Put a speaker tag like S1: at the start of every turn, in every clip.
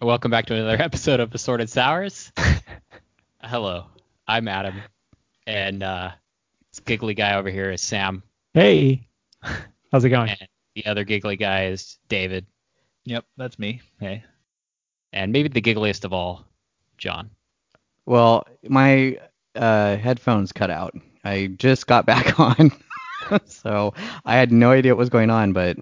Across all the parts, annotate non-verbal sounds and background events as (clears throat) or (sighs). S1: Welcome back to another (laughs) episode of Assorted
S2: (laughs)
S1: Sours. Hello, I'm Adam, and uh, this giggly guy over here is Sam,
S3: Hey, how's it going?
S1: and the other giggly guy is David,
S2: Yep, that's me. Hey.
S1: and maybe the giggliest of all, John.
S4: Well, my uh, headphones cut out. I just got back (laughs) on, so I had no idea what was going on. But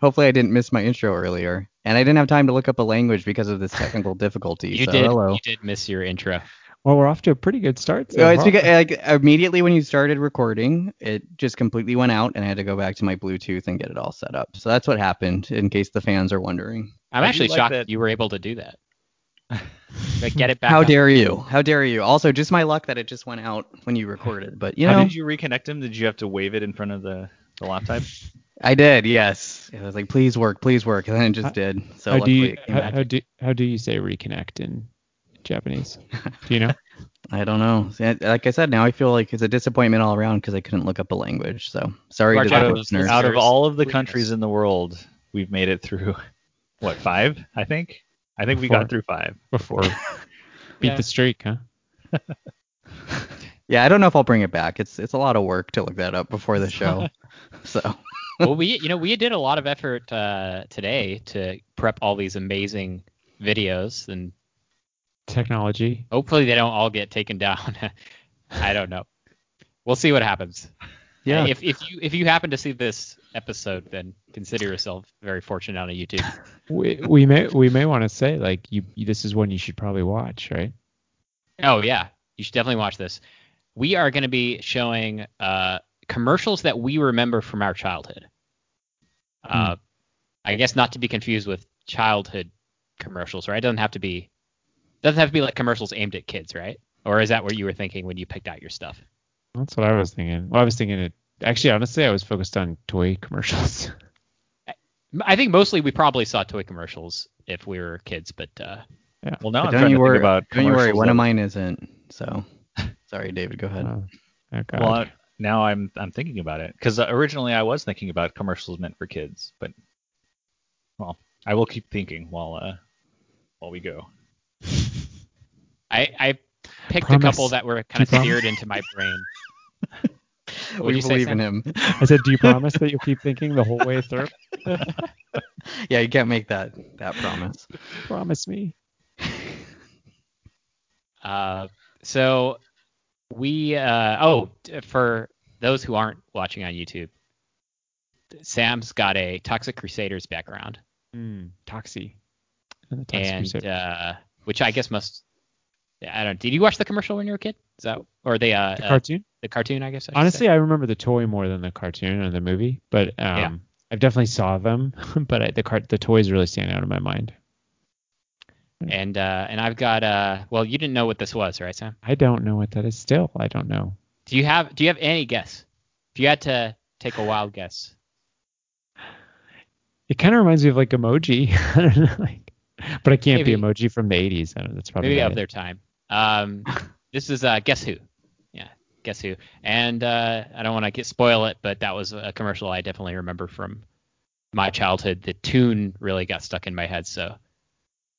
S4: hopefully, I didn't miss my intro earlier, and I didn't have time to look up a language because of this technical (laughs) difficulty.
S1: You
S4: so
S1: did,
S4: hello.
S1: you did miss your intro.
S3: Well, we're off to a pretty good start. So
S4: No, it's
S3: far.
S4: because like immediately when you started recording, it just completely went out, and I had to go back to my Bluetooth and get it all set up. So that's what happened. In case the fans are wondering,
S1: I'm
S2: I do
S1: actually
S2: like
S1: shocked
S2: that-
S1: you were able to do
S2: (laughs)
S1: that. Like, get it back.
S4: how
S1: up.
S4: dare you? How dare you? Also, just my luck that it just went out when you recorded. But you know,
S2: How did you reconnect him? Did you have to wave it in front of the,
S4: (laughs)
S2: the laptop?
S4: I did, yes. It was like, please work, please work, and then it just
S3: How-
S4: did. So
S3: how do
S4: luckily
S3: you
S4: it came
S3: how,
S4: back.
S3: how do how do you say reconnect in Japanese?
S1: (laughs)
S3: Do you know?
S4: I don't know. See, I- Like I said, now I feel like it's a disappointment all around because I couldn't look up a language. So sorry
S1: Mark
S4: to the
S1: Adams,
S4: listeners.
S1: out of
S2: Out of
S1: There's
S2: all of the
S1: weakness.
S2: countries in the world, we've made it through (laughs) what, five, I think? I think we
S3: Four.
S2: got through five.
S3: Before beat
S1: Yeah.
S3: the streak, huh?
S4: Yeah, I don't know if I'll bring it back. It's it's a lot of work to look that up before the show. so
S1: well, we you know we did a lot of effort uh, today to prep all these amazing videos, and
S3: Technology.
S1: hopefully they don't all get taken down. (laughs) I don't know. We'll see what happens.
S4: yeah,
S1: If if you if you happen to see this episode, then consider yourself very fortunate on YouTube.
S3: We, we may we may want to say like you this is one you should probably watch, right?
S1: Oh yeah, you should definitely watch this. We are going to be showing uh, commercials that we remember from our childhood. Uh, I guess not to be confused with childhood commercials, right? It doesn't have to be. Doesn't have to be like commercials aimed at kids, right? Or is that what you were thinking when you picked out your stuff?
S3: That's what I was thinking. Well, I was thinking it. Actually, honestly, I was focused on toy commercials. (laughs)
S1: M- I think mostly we probably saw toy commercials if we were kids, but uh,
S2: Well
S4: But
S2: now I'm
S4: don't
S2: trying
S4: you
S2: to
S4: worry
S2: think about
S4: Don't you worry,
S2: commercials
S4: one
S2: that-
S4: of mine isn't. So sorry, David, go ahead.
S3: Uh, oh, God.
S2: Well, I- now I'm I'm thinking about it because originally I was thinking about commercials meant for kids, but well, I will keep thinking while uh while we go.
S1: I, I picked
S3: Promise.
S1: a couple that were kind of
S3: Promise.
S1: seared into my brain. What'd
S4: we
S1: you say,
S4: believe in
S1: Sam?
S4: him. (laughs)
S3: I said, do you promise that you'll keep thinking the whole way through? (laughs)
S4: Yeah, you can't make that that promise.
S3: Promise me.
S1: Uh, so we uh, oh t- for those who aren't watching on YouTube, Sam's got a Toxic Crusaders background,
S3: Mm, Toxie. And the Toxic
S1: and
S3: Crusader.
S1: uh, which I guess must I don't. Did you watch the commercial when you were a kid? Is that or the uh,
S3: the
S1: uh,
S3: cartoon.
S1: the cartoon? I guess. I should
S3: Honestly,
S1: say.
S3: I remember the toy more than the cartoon or the movie, but um,
S1: Yeah.
S3: I've definitely saw them. (laughs) But I, the cart, the toys really stand out in my mind.
S1: and uh, and I've got uh, well, you didn't know what this was, right, Sam?
S3: I don't know what that is. Still, I don't know.
S1: Do you have Do you have any guess? If you had to take a wild guess,
S3: It kind of reminds me of like emoji, (laughs) I don't know, like, but it can't be
S1: Maybe.
S3: emoji from the 80s. I don't know, that's probably
S1: maybe of
S3: not it.
S1: their time.
S3: (laughs)
S1: Um, this is uh, Guess Who. Yeah, Guess Who. And uh, I don't want to get spoil it, but that was a commercial I definitely remember from my childhood. The tune really got stuck in my head, so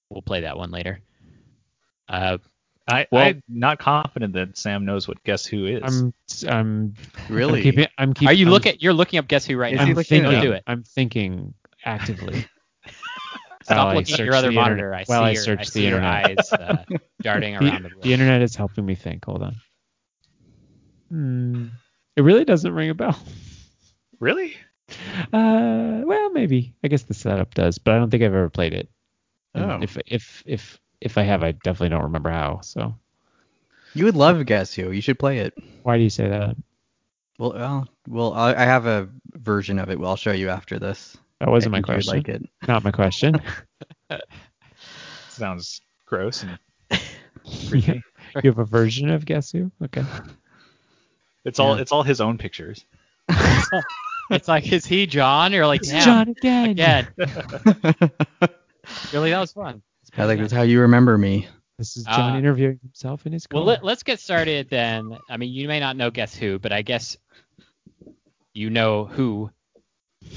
S1: we'll play that one later. Uh,
S2: I,
S1: Well-
S2: I'm not confident that Sam knows what Guess Who is.
S3: I'm I'm
S4: Really?
S3: I'm keeping, I'm keep,
S1: are you
S3: I'm,
S1: look at you're looking up Guess Who right
S4: Is
S1: now?
S4: he
S3: I'm
S4: looking it
S3: thinking.
S1: Don't do it.
S3: I'm thinking actively.
S1: Stop
S3: while Oh, I
S1: looking at
S3: search
S1: your other
S3: the
S1: monitor.
S3: internet-
S1: I
S3: while
S1: see
S3: I
S1: your,
S3: search
S1: I
S3: the
S1: see your
S3: internet.
S1: eyes
S3: (laughs)
S1: uh, darting (laughs)
S3: The-
S1: around the, room.
S3: The internet is helping me think. Hold on. Hmm. It really doesn't ring a bell.
S2: really?
S3: Uh, well, maybe. I guess the setup does, but I don't think I've ever played it. And
S4: Oh.
S3: If if if if I have, I definitely don't remember how. So
S4: You would love Guess Who. You should play it.
S3: why do you say that?
S4: Well, well, well I I have a version of it. Well, I'll show you after this.
S3: That wasn't my
S4: I think you would
S3: question.
S4: Like it.
S3: Not my
S1: (laughs)
S3: question. (laughs)
S2: Sounds gross and creepy.
S3: you have a version of Guess Who? Okay.
S2: It's all
S4: Yeah.
S2: it's all his own pictures.
S1: it's like, is he John? You're like,
S3: It's
S1: damn,
S3: John again. (laughs)
S1: again. really, that was fun.
S4: I like that's how you remember me.
S3: This is John
S1: Uh,
S3: interviewing himself in his car.
S1: Well, let, us get started then. I mean, you may not know Guess Who, but I guess you know who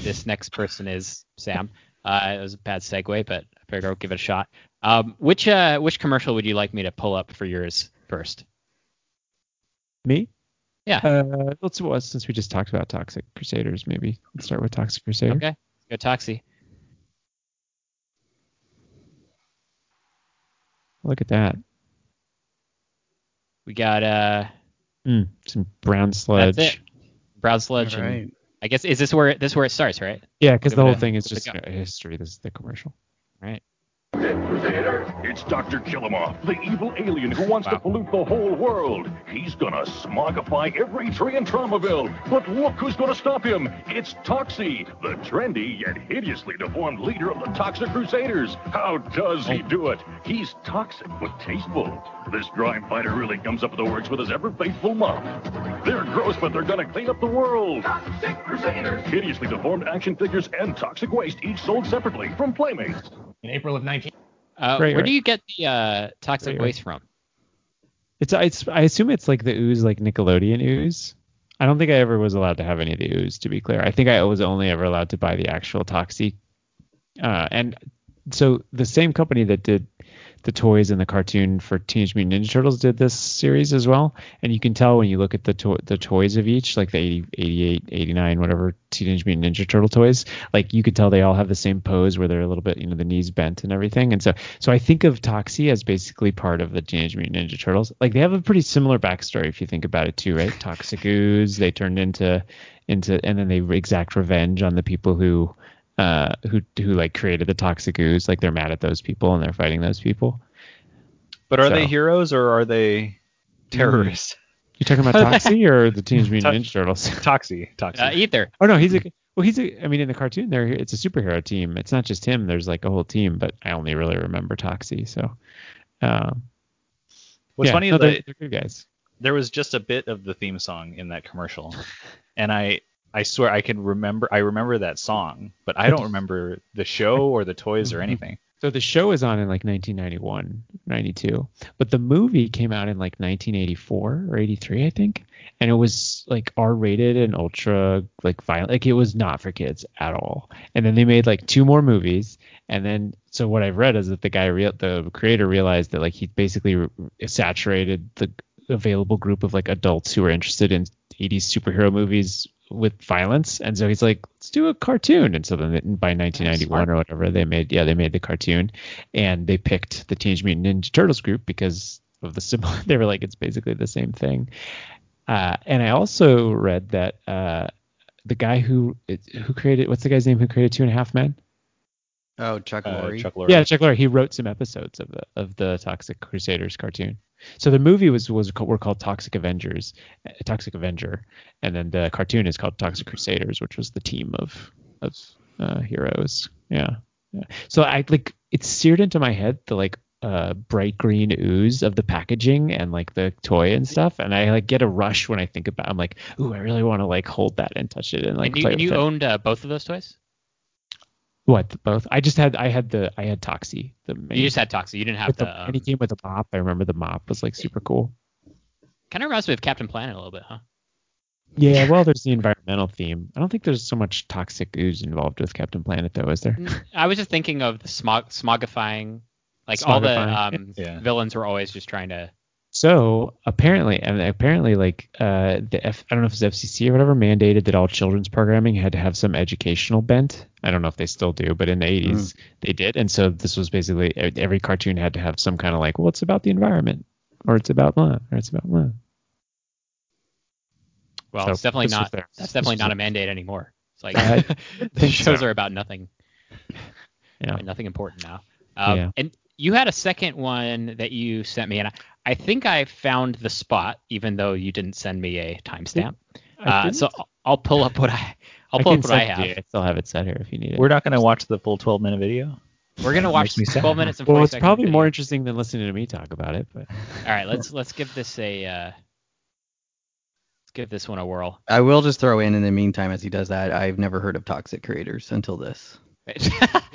S1: this next person is, Sam. Uh, it was a bad segue, but I figured I'll give it a shot. Um, which uh, which commercial would you like me to pull up for yours first?
S3: Me?
S1: Yeah.
S3: Uh, let's well, since we just talked about Toxic Crusaders, maybe let's start with Toxic Crusader.
S1: Okay, go Toxie.
S3: Look at that.
S1: We got uh,
S3: Mm, some brown sludge.
S1: that's it. Brown sludge.
S4: All
S1: and-
S4: right.
S1: I guess is this where this is where it starts, right?
S3: Yeah, because the
S1: Give it
S3: whole
S1: a-
S3: thing is
S1: give it
S3: just
S1: a
S3: a history. This is the commercial.
S1: Right.
S5: Crusader, it's Dr. Killamoff, the evil alien who wants to pollute the whole world. He's gonna smogify every tree in Traumaville. But look who's gonna stop him. It's Toxie, the trendy yet hideously deformed leader of the Toxic Crusaders. How does he do it? He's toxic but tasteful. This grime fighter really comes up to the works with his ever faithful mop. They're gross, but they're gonna clean up the world. Toxic Crusaders! Hideously deformed action figures and toxic waste, each sold separately from Playmates.
S6: In April of 19.
S1: Uh,
S3: Right,
S1: where
S3: right.
S1: do you get the uh, toxic
S3: Right, right.
S1: waste from?
S3: It's, it's I assume it's like the ooze, like Nickelodeon ooze. I don't think I ever was allowed to have any of the ooze, to be clear. I think I was only ever allowed to buy the actual Toxie. Uh, and so the same company that did the toys and the cartoon for Teenage Mutant Ninja Turtles did this series as well. And you can tell when you look at the to- the toys of each, like the 80, 88, 89, whatever Teenage Mutant Ninja Turtle toys, like you could tell they all have the same pose where they're a little bit, you know, the knees bent and everything. And so, so I think of Toxie as basically part of the Teenage Mutant Ninja Turtles. Like they have a pretty similar backstory if you think about it too, right? Toxic ooze, they turned into into, and then they exact revenge on the people who. Uh, who who like created the toxic ooze? Like they're mad at those people and they're fighting those people.
S2: But are
S3: So-
S2: they heroes or are they terrorists?
S3: You talking
S2: (laughs)
S3: about Toxie or the Teenage Mutant Ninja Turtles? (laughs)
S2: Toxie, Toxie.
S1: Uh, either.
S3: Oh no, he's a well, he's a. I mean, in the cartoon, there it's a superhero team. It's not just him. There's like a whole team, but I only really remember Toxie. So, um,
S2: What's
S3: yeah,
S2: funny
S3: no,
S2: is that
S3: they're, they're good guys.
S2: there was just a bit of the theme song in that commercial, and I I swear I can remember I remember that song, but I don't remember the show or the toys or anything.
S3: So the show was on in like 1991, 92, but the movie came out in like 1984 or 83, I think, and it was like R-rated and ultra like violent. Like it was not for kids at all. And then they made like two more movies, and then so what I've read is that the guy, real the creator, realized that like he basically re- saturated the available group of like adults who are interested in 80s superhero movies with violence and so he's like let's do a cartoon and so then they- by 1991 or whatever they made yeah they made the cartoon and they picked the teenage mutant ninja turtles group because of the similar (laughs) they were like it's basically the same thing uh, and i also read that uh, the guy who who created what's the guy's name who created two and a half men
S4: Oh, Chuck
S2: Uh,
S4: Lorre.
S2: Chuck Lorre.
S3: yeah, Chuck Lorre. He wrote some episodes of the of the Toxic Crusaders cartoon. So the movie was was ca- were called Toxic Avengers, uh, Toxic Avenger, and then the cartoon is called Toxic Crusaders, which was the team of of uh, heroes. Yeah. yeah. So I like it's seared into my head the like uh bright green ooze of the packaging and like the toy and stuff, and I like get a rush when I think about. I'm like, ooh, I really want to like hold that and touch it and like
S1: and you,
S3: play
S1: and
S3: with
S1: you
S3: it.
S1: owned uh, both of those toys?
S3: what both. I just had I had the I had Toxie the main
S1: You just had Toxie. You didn't have
S3: with
S1: the.
S3: the,
S1: um,
S3: and he came with a mop. I remember the mop was like super cool.
S1: kind of reminds me of Captain Planet a little bit, huh?
S3: Yeah, (laughs) well, there's the environmental theme. I don't think there's so much toxic ooze involved with Captain Planet, though, is there?
S1: (laughs) I was just thinking of the smog, smogifying, like all the
S3: Smogifying. (laughs)
S1: um,
S2: Yeah.
S1: villains were always just trying to.
S3: So apparently, and apparently, like uh, the F, I don't know if it's FCC or whatever mandated that all children's programming had to have some educational bent. I don't know if they still do, but in the 80s they did, and so this was basically e- every cartoon had to have some kind of like, well, it's about the environment, or it's about blah, or it's about (laughs) blah.
S1: Well,
S3: So
S1: it's definitely
S3: this was
S1: not.
S3: there.
S1: That's
S3: This
S1: definitely
S3: was
S1: not
S3: there.
S1: a mandate anymore. It's like
S3: (laughs) I
S1: (laughs) the
S3: think
S1: shows
S3: so.
S1: are about nothing.
S3: (laughs) Yeah.
S1: and nothing important now. Um,
S3: Yeah.
S1: And you had a second one that you sent me, and I, I think I found the spot, even though you didn't send me a timestamp.
S3: I
S1: Uh, so I'll- I'll pull up what I. I'll
S3: I
S1: pull
S3: can
S1: up what I
S3: send it to you.
S1: have.
S3: I still have it set here if you need it.
S2: We're not going to watch the full 12 minute video.
S1: We're gonna watch
S2: makes me sad.
S1: 12 minutes (laughs) and 40
S3: well, it's
S1: seconds
S3: probably
S1: video.
S3: more interesting than listening to me talk about it. But
S1: All right, let's let's give this a. Uh, let's give this one a whirl. (laughs)
S4: I will just throw in in the meantime as he does that. I've never heard of toxic creators until this.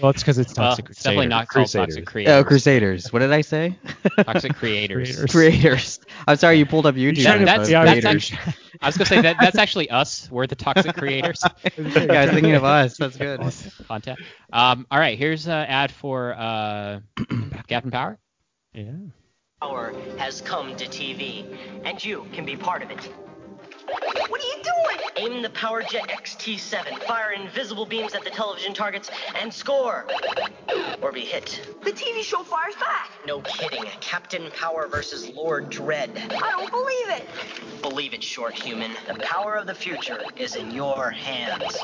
S3: Well, it's because it's
S1: Well,
S3: Toxic
S1: it's definitely
S3: Crusader.
S1: not called Toxic
S2: Crusaders.
S1: Creators.
S4: Oh, Crusaders. What did
S1: (laughs)
S4: I say?
S1: Toxic Creators.
S3: Creators.
S4: Creators. I'm sorry, you pulled up YouTube.
S1: That-
S4: and
S1: that's,
S4: it was
S1: that's
S4: creators.
S1: actually, I was gonna say that that's actually us. We're the toxic creators. (laughs)
S4: yeah, I was thinking of us. That's good.
S1: Content. Um, all right, here's an ad for uh, (clears throat) Captain Power.
S3: Yeah.
S6: Power has come to TV, and you can be part of it. What are you doing? Aim the PowerJet XT7, fire invisible beams at the television targets, and score! Or be hit.
S7: The TV show fires back.
S6: No kidding. Captain Power versus Lord Dread.
S7: I don't believe it.
S6: Believe it, short human. The power of the future is in your hands.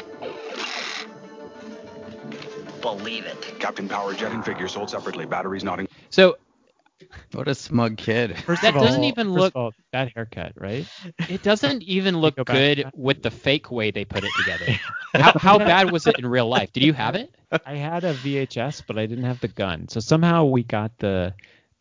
S6: Believe it.
S8: Captain Power jet and figure sold separately. Batteries not in.
S1: So
S4: What a smug kid.
S3: First
S1: That
S3: of
S1: doesn't
S3: all-
S1: even
S3: first
S1: look-
S3: Of all, that haircut, right?
S1: (laughs) it doesn't even look
S3: Go back.
S1: good with the fake way they put it together.
S3: (laughs)
S1: how, how bad was it in real life? Did you have it?
S3: I had a VHS, but I didn't have the gun. So somehow we got the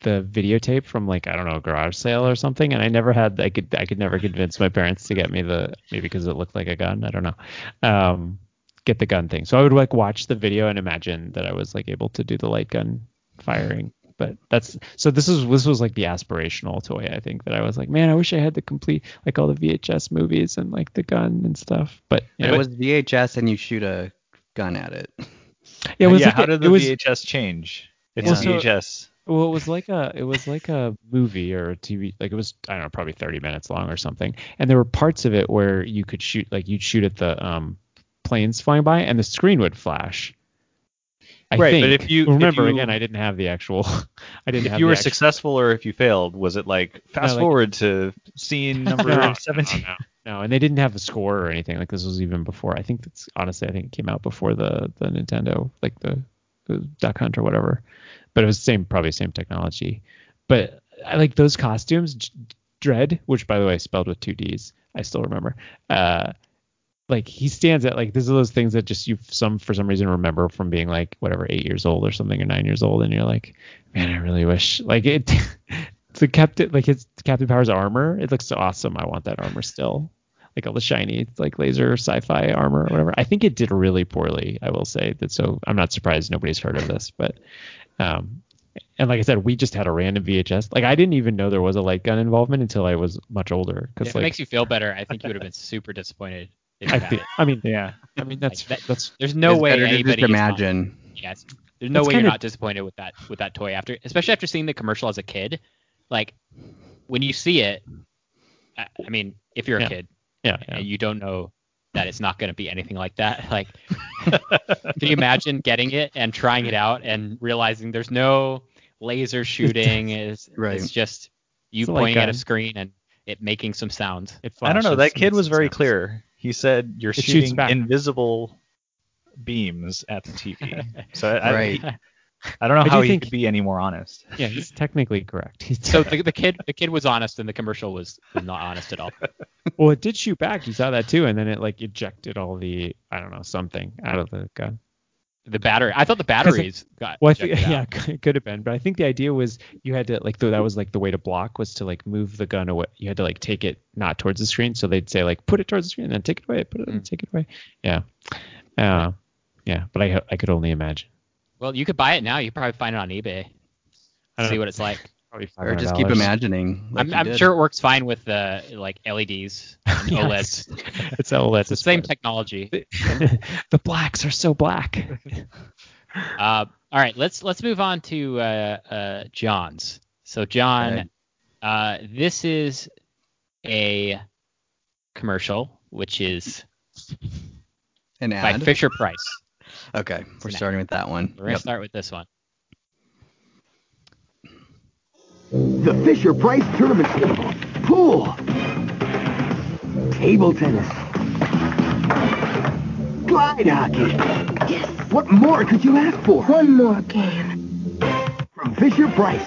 S3: the videotape from like I don't know a garage sale or something, and I never had I could I could never convince my parents to get me the maybe because it looked like a gun I don't know um, get the gun thing. So I would like watch the video and imagine that I was like able to do the light gun firing. But that's so this is this was like the aspirational toy I think that I was like man I wish I had the complete like all the VHS movies and like the gun and stuff. But you know,
S4: It was VHS and you shoot a gun at it.
S3: yeah, it was
S2: yeah,
S3: like
S2: how
S3: a-
S2: did
S3: it
S2: the
S3: was-
S2: VHS change? It's
S4: Yeah.
S2: VHS.
S3: Well, it was like a it was like a movie or a TV like it was I don't know probably 30 minutes long or something. And there were parts of it where you could shoot like you'd shoot at the um planes flying by and the screen would flash. I
S2: Right,
S3: think.
S2: but if you- if
S3: remember
S2: you-
S3: again, I didn't have the actual. (laughs) I didn't.
S2: If
S3: have
S2: you
S3: the
S2: were
S3: actual-
S2: successful or if you failed, was it like fast
S3: like-
S2: forward to scene
S3: No, no,
S2: number
S3: no,
S2: 17?
S3: no, no, and they didn't have a score or anything. Like this was even before. I think that's honestly, I think it came out before the the Nintendo, like the, the Duck Hunt or whatever. But it was same, probably same technology. But I like those costumes. J- Dread, which by the way spelled with two D's, I still remember. Uh, like he stands at like this is those things that just you some for some reason remember from being like whatever eight years old or something or nine years old and you're like man I really wish like it (laughs) the captain like his Captain Power's armor it looks so awesome I want that armor still like all the shiny like laser sci-fi armor or whatever I think it did really poorly I will say that so I'm not surprised nobody's heard of this but um and like I said we just had a random VHS like I didn't even know there was a light gun involvement until I was much older
S1: If
S3: because
S1: it
S3: like
S1: makes you feel better, I think you would have been super disappointed. If you
S3: I,
S1: had
S3: feel-
S1: it.
S3: I mean
S2: Yeah.
S3: I mean that's
S1: that-
S3: that's
S1: There's no
S4: It's
S1: way
S4: better to
S1: anybody is
S4: just
S1: not-
S4: imagine.
S1: yes, there's no
S3: That's
S1: way you're
S3: kinda-
S1: not disappointed with that with that toy after, especially after seeing the commercial as a kid. Like when you see it, I, I mean, if you're a
S3: Yeah.
S1: kid
S3: yeah, yeah.
S1: and you don't know that it's not going to be anything like that, (laughs)
S3: (laughs)
S1: like can you imagine getting it and trying it out and realizing there's no laser shooting? Is
S4: Right.
S1: It's just you
S3: It's like,
S1: pointing at
S3: um,
S1: a screen and it making some sounds.
S3: It
S2: I don't know.
S3: flashes,
S2: That kid
S3: makes
S2: was
S3: it
S2: very
S3: sounds.
S2: clear. He said, "You're
S3: It shoots
S2: shooting
S3: back.
S2: invisible beams at the (laughs) TV." so I,
S4: Right.
S2: I, I don't know
S3: I do
S2: how he
S3: think-
S2: could be any more honest.
S3: (laughs) Yeah, he's technically correct. He's
S1: So the, the kid the kid was honest and the commercial was not honest at all.
S3: (laughs) well, it did shoot back. You saw that too, and then it like ejected all the I don't know something out of the gun.
S1: The battery. I thought
S3: (laughs)
S1: the batteries got.
S3: Well, I think, (laughs)
S1: ejected out.
S3: yeah, it could have been, but I think the idea was you had to like th- that was like the way to block was to like move the gun away. You had to like take it not towards the screen, so they'd say like put it towards the screen, and then take it away, put it and take it away. Yeah, uh, yeah, but I I could only (laughs) imagine.
S1: Well, you could buy it now. You could probably find it on eBay.
S3: I don't
S1: See
S3: know.
S1: what it's like.
S3: Probably
S4: Or just keep
S3: $500.
S4: imagining. (laughs) like
S1: I'm,
S4: you
S1: I'm
S4: did.
S1: sure it works fine with the like LEDs
S4: (laughs)
S1: and
S3: Yeah,
S1: OLEDs.
S3: (laughs) It's all
S1: It's the same technology.
S3: (laughs) the blacks are so (laughs) black.
S1: Uh, all right, let's let's move on to uh, uh, John's. So John,
S4: Okay.
S1: uh, this is a commercial which is
S4: An
S1: by
S4: ad.
S1: Fisher Price.
S4: Okay,
S1: an
S4: we're
S1: ad.
S4: starting with that one.
S1: We're gonna
S4: Yep.
S1: start with this one.
S9: The Fisher Price Tournament. Pool. Table tennis. Glide hockey. Yes. What more could you ask for? One more game. From Fisher Price.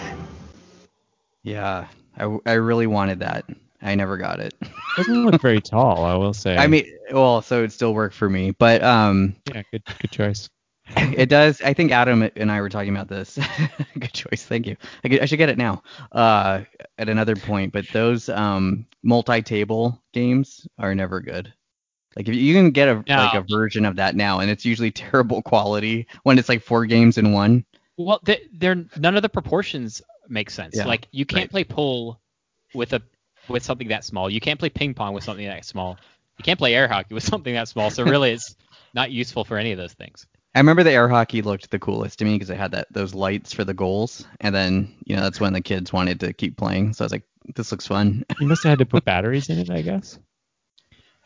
S4: Yeah, I, I really wanted that. I never got it.
S3: Doesn't look
S4: (laughs)
S3: very tall, I will say.
S4: I mean, well, so it still worked for me, but um,
S3: yeah, good, good choice.
S4: (laughs) it does. I think Adam and I were talking about this. (laughs) Good choice, thank you. I, could- I should get it now. Uh, at another point, but those um multi-table games are never good. Like if you can get a
S1: No.
S4: like a version of that now, and it's usually terrible quality when it's like four games in one.
S1: Well, they, they're none of the proportions make sense.
S4: Yeah,
S1: like you can't
S4: right.
S1: play pool with a with something that small. You can't play ping pong with something that small. You can't play air hockey with (laughs) something that small. So really, it's not useful for any of those things.
S4: I remember the air hockey looked the coolest to me because it had that those lights for the goals, and then you know that's when the kids wanted to keep playing. So I was like, this looks fun.
S3: You must have had to put batteries in it, I
S4: (laughs)
S3: guess.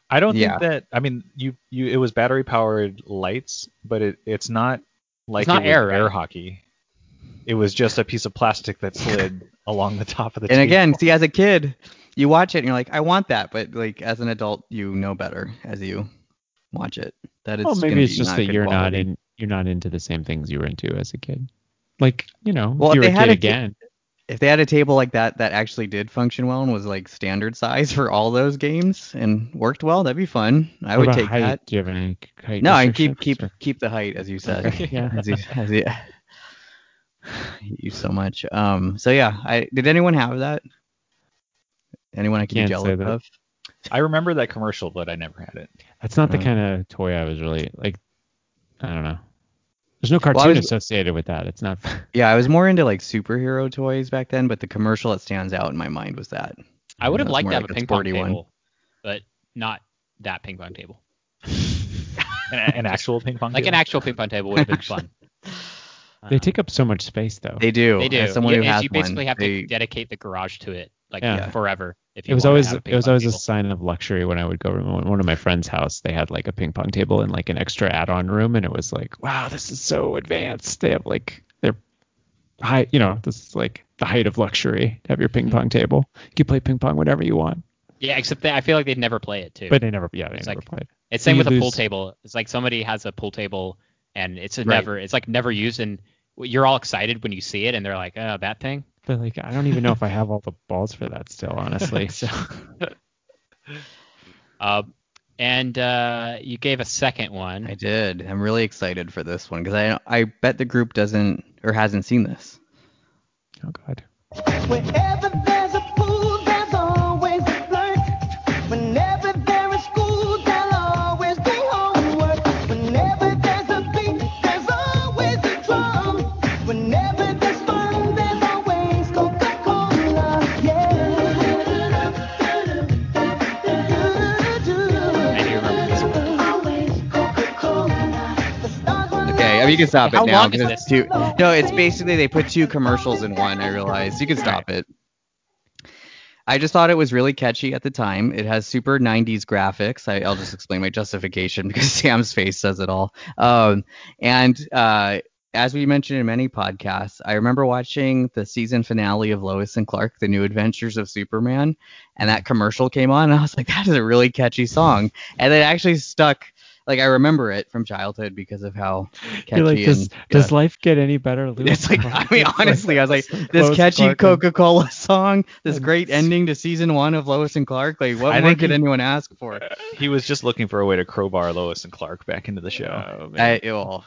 S2: I don't
S4: Yeah.
S2: think that. I mean, you you it was battery powered lights, but it it's not like
S1: It's not
S2: it was
S1: air, right?
S2: hockey. It was just a piece of plastic
S4: (laughs)
S2: that slid along the top of the.
S4: And
S2: table.
S4: again, see, as a kid, you watch it and you're like, I want that, but like as an adult, you know better as you watch it. That is.
S3: well,
S4: gonna
S3: maybe it's
S4: be
S3: just
S4: not
S3: that
S4: good
S3: you're not
S4: quality.
S3: in you're not into the same things you were into as a kid. Like you know,
S4: Well, if
S3: you were
S4: they
S3: a
S4: had
S3: kid
S4: a ki-
S3: again.
S4: If they had a table like that that actually did function well and was like standard size for all those games and worked well, that'd be fun.
S3: What
S4: I would
S3: about
S4: take
S3: height?
S4: that.
S3: Do you have any height
S4: No, and keep
S3: restrictions
S4: keep keep the height as you said.
S3: Okay, yeah.
S4: (laughs) As you, as you, (sighs) Hate you so much. Um. So yeah, I did anyone have that? Anyone I can
S3: Can't
S4: be
S3: say
S4: jealous
S3: that.
S4: of?
S2: I remember that commercial, but I never had it.
S3: or- That's not the
S4: Uh.
S3: kind of toy I was really like. I don't know. There's no cartoon
S4: I was-
S3: associated with that. It's
S4: (laughs)
S3: not.
S4: Yeah, I was more into like superhero toys back then, but the commercial that stands out in my mind was that.
S1: I would have
S4: That's
S1: liked
S4: more
S1: to have
S4: like
S1: a
S4: a
S1: ping pong
S4: sporty one.
S1: table, but not that ping pong table.
S2: An, an actual ping pong.
S1: Like an
S2: table?
S1: actual ping pong table would have been fun.
S3: (laughs)
S1: Um,
S3: They take up so much space though.
S4: They do.
S1: They do.
S4: As someone
S1: you,
S4: who has
S1: you basically
S4: one,
S1: have
S4: they-
S1: to dedicate the garage to it like
S3: Yeah.
S1: forever. If you
S3: it was
S1: wanna
S3: always
S1: have a
S3: it
S1: ping
S3: was
S1: pong
S3: always a
S1: table.
S3: sign of luxury when I would go to one one of my friend's house. They had like a ping pong table and like an extra add-on room, and it was like, wow, this is so advanced. They have like they're high, you know, this is like the height of luxury to have your
S1: Mm-hmm.
S3: ping pong table. You can play ping pong whenever you want,
S1: yeah, except that I feel like they'd never play it too.
S3: but they never, yeah, they
S1: It's
S3: never
S1: like-
S3: played.
S1: It's same
S3: You
S1: with a pool
S3: lose-
S1: table. It's like somebody has a pool table and it's a
S4: Right.
S1: never it's like never used and you're all excited when you see it and they're like, "Oh, that thing."
S3: But like, I don't even know if I have all the balls for that still,
S1: (laughs)
S3: honestly. So oh,
S1: Uh, and uh, you gave a second one.
S4: I did. I'm really excited for this one because I I bet the group doesn't or hasn't seen this.
S3: oh god,
S7: Wherever there's a pool, there's always a flirt. Whenever there is school, there'll always be homework. Whenever there's a beat, there's always a drum. Whenever there's fun, there's always Coca-Cola. Yeah.
S1: I do remember this one.
S7: Always Coca-Cola. The stars will
S4: Okay, I mean you can stop
S1: How
S4: it now
S1: long is
S4: because it's
S1: this?
S4: too. No, it's basically they put two commercials in one. I realized you can stop it. I just thought it was really catchy at the time. It has super 90s graphics. I, I'll just explain my justification (laughs) because Sam's face says it all. Um, and uh, as we mentioned in many podcasts, I remember watching the season finale of Lois and Clark, The New Adventures of Superman, and that commercial came on, and I was like, that is a really catchy song. And it actually stuck. Like, I remember it from childhood because of how catchy
S3: you're like, does,
S4: and
S3: does life get any better? Lewis?
S1: (laughs)
S4: (laughs) it's like I
S3: (laughs)
S4: mean
S3: It's like-
S4: honestly, I was like this
S3: Lois
S4: catchy
S3: Clark and-
S4: Coca-Cola song, this great
S3: That's-
S4: ending to season one of Lois and Clark. Like what
S2: I
S4: more
S2: think
S4: could
S2: he-
S4: anyone ask for?
S2: He was just looking for a way to crowbar Lois and Clark back into the show.
S3: Oh, man.
S4: I, well,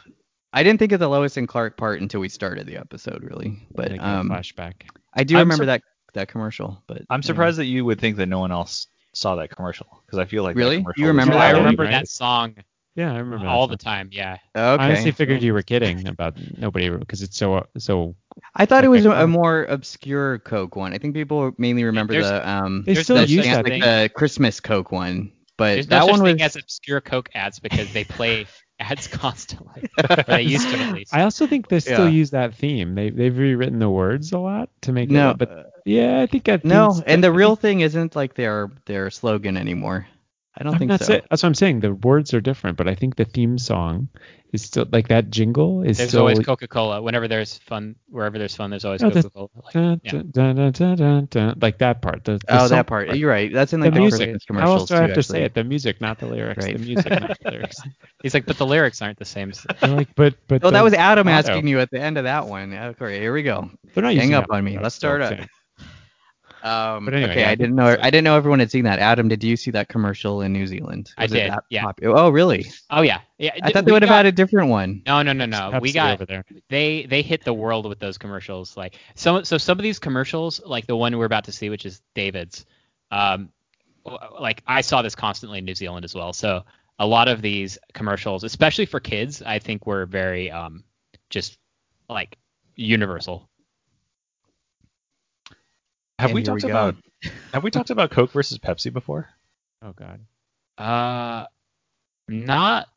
S4: I didn't think of the Lois and Clark part until we started the episode, really. But
S3: Like a
S4: um,
S3: flashback.
S4: I do
S2: I'm
S4: remember
S2: sur-
S4: that that commercial. But
S2: I'm surprised that you would think that no one else saw that commercial because I feel like that
S4: Really? You
S2: commercial was
S4: remember
S1: I
S4: that
S3: one?
S2: all over-
S1: remember
S3: Right.
S1: that song
S3: Yeah, I remember that
S1: all
S3: song.
S1: the time. Yeah.
S4: okay,
S3: I honestly figured you were kidding about nobody because it's so so.
S4: I thought
S3: Okay,
S4: it
S3: um,
S4: was a,
S3: cool.
S4: a more obscure Coke one. I think people mainly remember
S1: There's-
S4: the um
S3: They
S1: There's
S3: still
S1: no
S4: the,
S1: such
S3: use
S4: dance-
S3: that.
S1: thing.
S4: like the Christmas Coke one, but
S1: There's
S4: that
S1: no such
S4: one
S1: thing as
S4: was
S1: obscure Coke ads because they play (laughs) ads constantly. or they used to at least.
S3: I also think they still
S4: Yeah.
S3: use that theme. They they've rewritten the words a lot to make
S4: no,
S3: it. But yeah, I think that
S4: no,
S3: theme's-
S4: and
S3: I
S4: the
S3: think-
S4: real thing isn't like their their slogan anymore. I don't
S3: I'm
S4: think
S3: not
S4: so.
S3: say- Oh, that's what I'm saying. The words are different, but I think the theme song is still like that jingle is
S1: There's
S3: still.
S1: always Coca-Cola. Whenever there's fun, wherever there's fun, there's always
S3: No, that's-
S1: Coca-Cola. Like,
S3: Dun,
S1: yeah.
S3: dun, dun, dun, dun, dun, dun, like that part. The, the
S4: Oh,
S3: song
S4: that part. You're right. That's in
S3: The
S4: like the,
S3: music.
S4: Christmas
S3: How else
S4: commercials
S3: do I have
S4: too,
S3: to say
S4: actually.
S3: it? The music, not the lyrics.
S4: Right.
S3: The music, not the
S4: (laughs)
S3: lyrics.
S1: He's like, but the lyrics aren't the same. as- (laughs)
S3: They're like, but but.
S4: Oh, that
S3: the
S4: was Adam
S3: motto-
S4: asking you at the end of that one. Okay, here
S3: (laughs)
S4: we go.
S3: They're not
S4: Hang
S3: using
S4: up
S3: that
S4: on me.
S3: motto,
S4: Let's
S3: so
S4: start
S3: it's
S4: up.
S3: in-
S4: Um,
S3: But anyway,
S4: okay,
S3: yeah, I
S4: I didn't
S3: think
S4: know.
S3: so.
S4: I didn't know everyone had seen that. Adam, did you see that commercial in New Zealand?
S1: I
S4: Was it
S1: did,
S4: that
S1: yeah.
S4: popu- Oh, really?
S1: Oh yeah, yeah.
S4: I
S1: d-
S4: thought they
S1: we
S4: would have
S1: got-
S4: had a different one.
S1: No, no, no, no. We
S3: Pepsi
S1: got
S3: over there.
S1: they they hit the world with those commercials. Like some so some of these commercials, like the one we're about to see, which is David's, um, w- like I saw this constantly in New Zealand as well. So a lot of these commercials, especially for kids, I think were very um, just like universal.
S2: Have
S4: And
S2: we
S4: here we
S2: talked
S4: go.
S2: about Have we talked about Coke versus Pepsi before?
S3: Oh God.
S1: Uh, not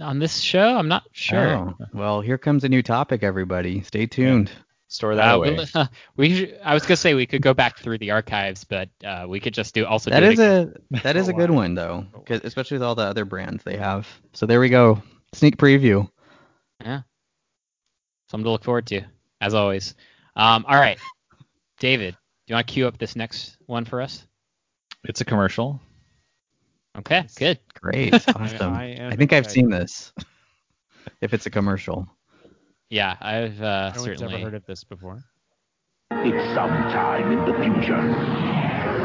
S1: on this show. I'm not sure.
S4: Oh, well, here comes a new topic, everybody. Stay tuned.
S2: Store that
S1: Uh,
S2: away.
S1: we, (laughs) we should- I was gonna say we could go back through the archives, but uh, we could just do also.
S4: That
S1: do it
S4: is
S1: again.
S4: a
S3: (laughs)
S4: that
S3: Oh,
S4: is a good one though, 'cause- especially with all the other brands they have. So there we go. Sneak preview.
S1: something to look forward to, as always. Um, all right, David, do you want to queue up this next one for us?
S2: It's a commercial.
S1: Okay, good.
S4: Great, awesome.
S3: (laughs) I
S4: I,
S3: am
S4: think I've
S3: excited.
S4: seen this. (laughs) if it's a commercial.
S1: Yeah, I've uh,
S3: No one's
S1: certainly.
S3: ever heard of this before.
S5: It's sometime in the future.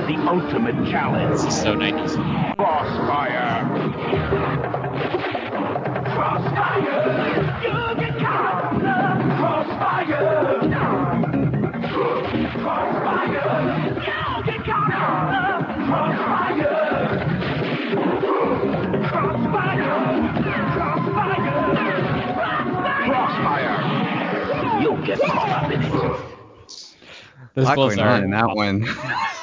S5: The ultimate challenge.
S1: This is so 90s.
S5: Crossfire. Crossfire. You get caught. Crossfire. Crossfire. You get caught. Crossfire. Crossfire. Crossfire. Crossfire. You get caught up in it.
S4: A
S1: Those
S4: lot
S1: blows
S4: going
S1: are
S4: on
S2: (laughs)
S4: in that one.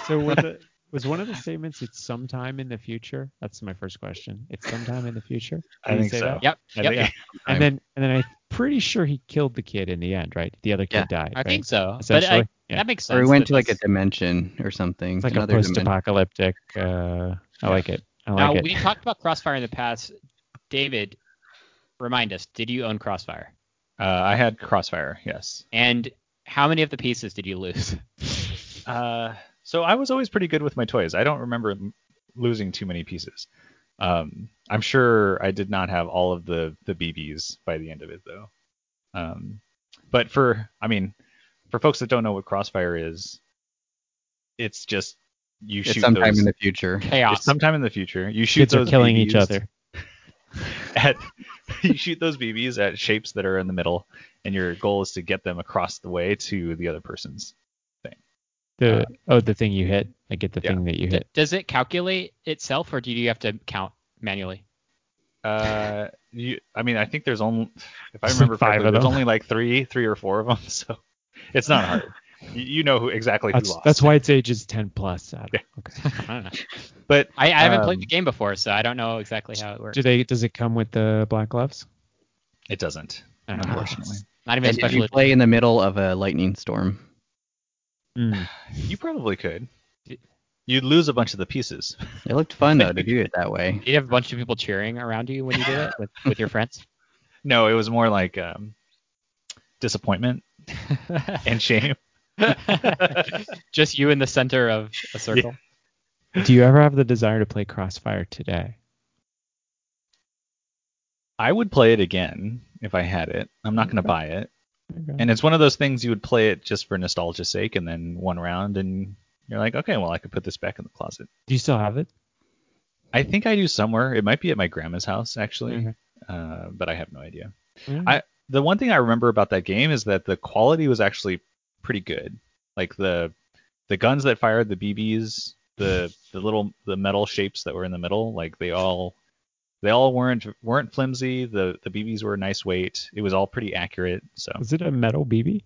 S3: So was, it, was one of the statements? It's sometime in the future. That's my first question. It's sometime in the future.
S2: I
S3: Did he
S2: think
S3: say
S2: so.
S3: that?
S1: Yep.
S2: I
S1: yep.
S2: think-
S3: And then and then I'm pretty sure he killed the kid in the end, right? The other kid
S4: Yeah,
S3: died.
S1: I
S3: right?
S1: think so. But I,
S3: Essentially, yeah.
S1: that makes sense.
S4: (laughs) or we went
S1: that
S4: to like a (laughs)
S1: this-
S4: dimension or something.
S3: It's like a
S4: another dimension.
S3: post-apocalyptic. Uh, I like it. I like
S1: Now
S3: it.
S1: we talked about Crossfire in the past. David, remind us, did you own Crossfire?
S2: Uh, I had Crossfire. Yes.
S1: And how many of the pieces did you lose? (laughs)
S2: Uh, so I was always pretty good with my toys. I don't remember m- losing too many pieces. Um, I'm sure I did not have all of the the BBs by the end of it though. Um, but for I mean, for folks that don't know what Crossfire is, it's just you
S4: It's
S2: shoot
S4: sometime
S2: those.
S4: in
S3: (laughs)
S4: the future.
S1: Chaos.
S2: It's sometime in the future. You shoot
S3: Kids are
S2: those
S3: killing each
S2: BBs
S3: other.
S2: (laughs) At, you shoot those BBs at shapes that are in the middle, and your goal is to get them across the way to the other person's.
S3: The oh, the thing you hit. I get the
S2: yeah.
S3: thing that you
S1: D-
S3: hit.
S1: Does it calculate itself, or do you have to count manually?
S2: Uh, you, I mean, I think there's only, if
S3: (laughs)
S2: I
S3: Just
S2: remember
S3: five
S2: correctly,
S3: of
S2: there's
S3: them.
S2: only like three, three or four of them, (laughs) so it's
S3: (laughs)
S2: not hard. you, you know who exactly who
S3: That's,
S2: lost.
S3: that's why its age is 10 plus. I don't- Okay.
S1: I (laughs) don't know.
S2: But
S1: I, I haven't
S2: Um,
S1: played the game before, so I don't know exactly how it works.
S3: Do they? Does it come with the black gloves?
S2: it doesn't,
S3: Ah,
S2: unfortunately.
S1: Not even a
S4: And if you
S1: special.
S4: play in the middle of a lightning storm.
S1: Hmm.
S3: Mm.
S2: You probably could. You'd lose a bunch of the pieces. (laughs)
S4: It looked fun though to do it that way.
S1: Did you have a bunch of people cheering around you when you did it with, with
S4: (laughs)
S1: your friends?
S2: No, it was more like um,
S3: (laughs)
S2: disappointment and shame.
S1: Just you in the center of a circle.
S3: Do you ever have the desire to play Crossfire today?
S2: I would play it again if I had it. I'm not going to buy it.
S3: Okay.
S2: And it's one of those things you would play it just for nostalgia's sake, and then one round, and you're like, okay, well, I could put this back in the closet.
S3: Do you still have it?
S2: I think I do somewhere. It might be at my grandma's house, actually,
S3: Okay.
S2: uh, but I have no idea.
S3: Mm.
S2: I- The one thing I remember about that game is that the quality was actually pretty good. Like the the guns that fired the BBs, the the little the metal shapes that were in the middle, like they all they all weren't weren't flimsy. The the BBs were a nice weight. It was all pretty accurate. So
S3: Is it a metal BB?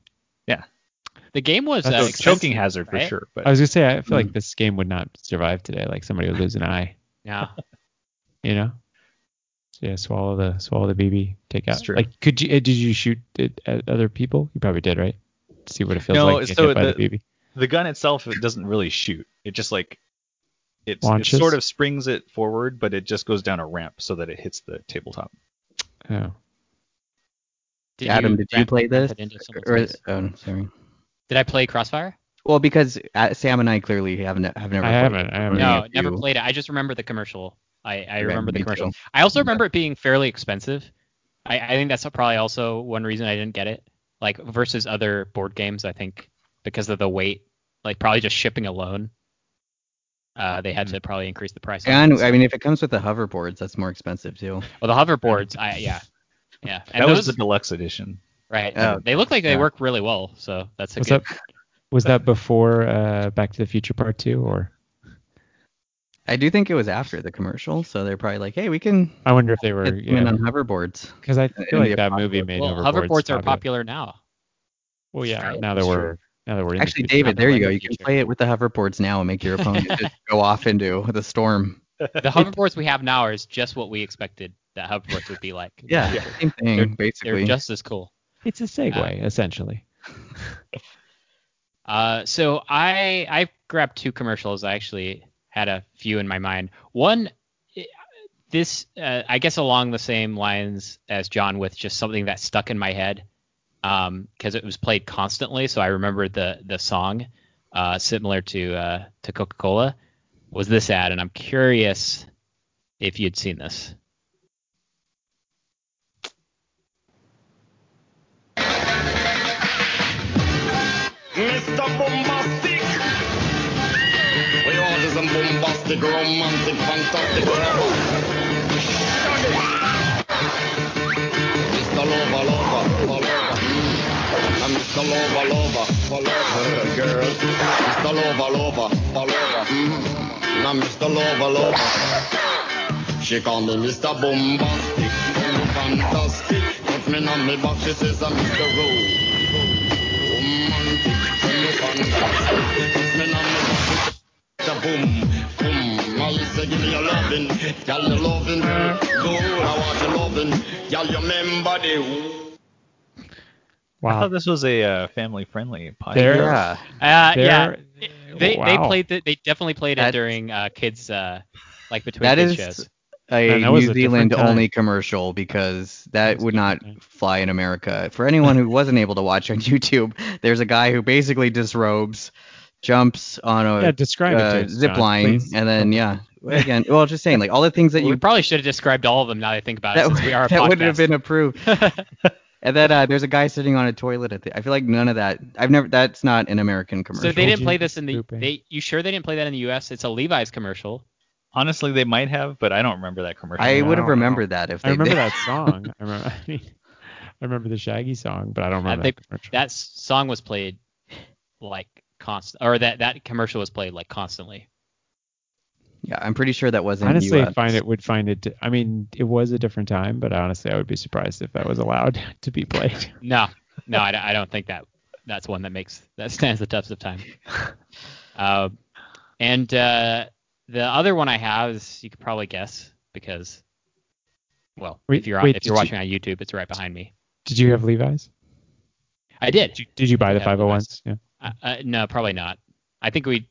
S1: The game was uh,
S2: So it's a choking
S1: expensive,
S2: hazard for
S1: right?
S2: sure. But
S3: I was gonna say I feel like this game would not survive today. Like somebody would lose an eye.
S1: Yeah.
S3: You know. So yeah, swallow the swallow the BB. Take out.
S2: It's true.
S3: Like, could you? uh, Did you shoot it at other people? You probably did, right? See what it feels
S2: No,
S3: like to get
S2: so
S3: hit by the,
S2: the-
S3: BB.
S2: the gun itself it doesn't really shoot. It just like it, it
S3: Launches?
S2: sort of springs it forward, but it just goes down a ramp so that it hits the tabletop.
S3: Oh.
S1: Did
S4: Adam, did you
S1: ramp-
S4: play
S1: ramp
S4: this?
S1: it into someone's
S4: Or,
S1: face?
S4: oh, sorry.
S1: Did I play Crossfire?
S4: Well, because uh, Sam and I clearly have, ne- have never.
S3: I
S4: played
S3: haven't. I haven't.
S4: Many
S1: No,
S4: of
S1: never
S4: you.
S1: played it. I just remember the commercial. I, I
S4: Okay,
S1: remember the
S4: me
S1: commercial.
S4: too.
S1: I also remember it being fairly expensive. I, I think that's probably also one reason I didn't get it. Like versus other board games, I think because of the weight, like probably just shipping alone, uh, they had to probably increase the price. on it.
S4: Hmm. And I mean, if it comes with the hoverboards, that's more expensive too.
S1: well, the hoverboards, I yeah, yeah, and
S2: that
S1: those
S2: was the deluxe edition.
S1: right.
S4: Oh,
S1: they look like they
S4: yeah.
S1: work really well, so that's a
S3: Was
S1: good.
S3: that was that before uh, Back to the Future Part Two or?
S4: I do think it was after the commercial, so they're probably like, "Hey, we can
S3: I wonder if they were
S4: get women
S3: yeah
S4: on hoverboards."
S3: because I
S4: in
S3: feel like
S4: the
S3: that movie made
S1: well,
S3: hoverboards,
S1: hoverboards are
S3: popular.
S1: popular now.
S3: Well, yeah.
S1: Right,
S3: Now that
S1: it's
S3: we're
S1: true.
S3: now that we're in the
S4: Actually,
S3: future,
S4: David, there you go. You can
S3: future.
S4: play it with the hoverboards now and make your opponent just go off into the storm.
S1: The hoverboards we have now is just what we expected that hoverboards would be like.
S4: Yeah, same thing
S1: They're-
S4: basically.
S1: They're just as cool.
S3: It's a segue, essentially.
S1: Uh, so I I grabbed two commercials. I actually had a few in my mind. One, i- this uh, I guess along the same lines as John with just something that stuck in my head because it was played constantly, so I remembered the the song uh, similar to uh, to Coca Cola was this ad, and I'm curious if you'd seen this.
S10: Mr. Bombastic. We order some bombastic, romantic, fantastic, whatever. Shut it. Mr. Lover, lover, lover. Mm. I'm Mr. Lover, lover, lover, girl. Mr. Lover, lover, lover. Mm. I'm Mr. Lover, lover. She call me Mr. Bombastic, call me fantastic. Put me on me box, she says I'm Mr. Romantic, call me fantastic. Put me on me box, she says the boom, boom. I say give me your lovin', girl your lovin', good. I want your lovin', girl you remember the.
S2: I
S3: Wow.
S2: thought this was a uh, family-friendly podcast.
S3: There,
S1: Uh,
S4: yeah.
S1: yeah,
S3: there-
S1: they they
S3: wow.
S1: played the, they definitely played
S4: That's-
S1: it during uh, kids uh, like between
S4: That
S1: kids
S4: is
S1: shows.
S4: a
S3: Man, that was
S4: New
S3: a different
S4: Zealand only
S3: time.
S4: commercial because
S3: That
S4: that
S3: was a
S4: would not
S3: different
S4: fly in America. For anyone who wasn't able to
S3: (laughs)
S4: watch on YouTube, there's a guy who basically disrobes, jumps on
S3: Yeah,
S4: a
S3: describe it to
S4: uh,
S3: us,
S4: zip
S3: John,
S4: line,
S3: please.
S4: and
S3: (laughs)
S4: then yeah, again, well, just saying, like all the things that
S1: we
S4: you
S1: probably should have described all of them now that I think about it,
S4: that,
S1: since we are a
S4: (laughs) that
S1: podcast.
S4: wouldn't have been approved.
S3: (laughs)
S4: and then uh, there's a guy sitting on a toilet. At the, I feel like none of that. I've never. That's not an American commercial.
S1: so they didn't play
S3: Jim
S1: this in the.
S3: Pooping.
S1: They, you sure they didn't play that in the U.S.? It's a Levi's commercial.
S2: Honestly, they might have, but I don't remember that commercial.
S4: I
S3: Yeah,
S4: would
S3: I don't
S4: have
S3: know.
S4: remembered that if
S3: I
S4: they
S3: remember
S4: (laughs) did.
S3: that song. I remember. (laughs) I, mean, I remember the Shaggy song, but I don't
S1: Uh,
S3: remember
S1: they-
S3: that commercial.
S1: That s- song was played like constant, or that that commercial was played like constantly.
S4: Yeah, I'm pretty sure that wasn't.
S3: honestly, I
S4: US.
S3: find it would find it. I mean, it was a different time, but honestly, I would be surprised if that was allowed (laughs) to be played.
S1: No, no, I, don't- I don't think that that's one that makes that stands the test of
S4: (laughs)
S1: time. Uh, and uh, the other one I have is you could probably guess because, well,
S3: Wait-
S1: if you're on,
S3: wait,
S1: if you're
S3: did
S1: watching
S3: you-
S1: on YouTube, it's right behind me.
S3: Did you have Levi's?
S1: I did.
S3: Did you, did you buy the
S1: I have Levi's.
S3: 501s? Yeah.
S1: Uh, uh, no, probably not. I think we.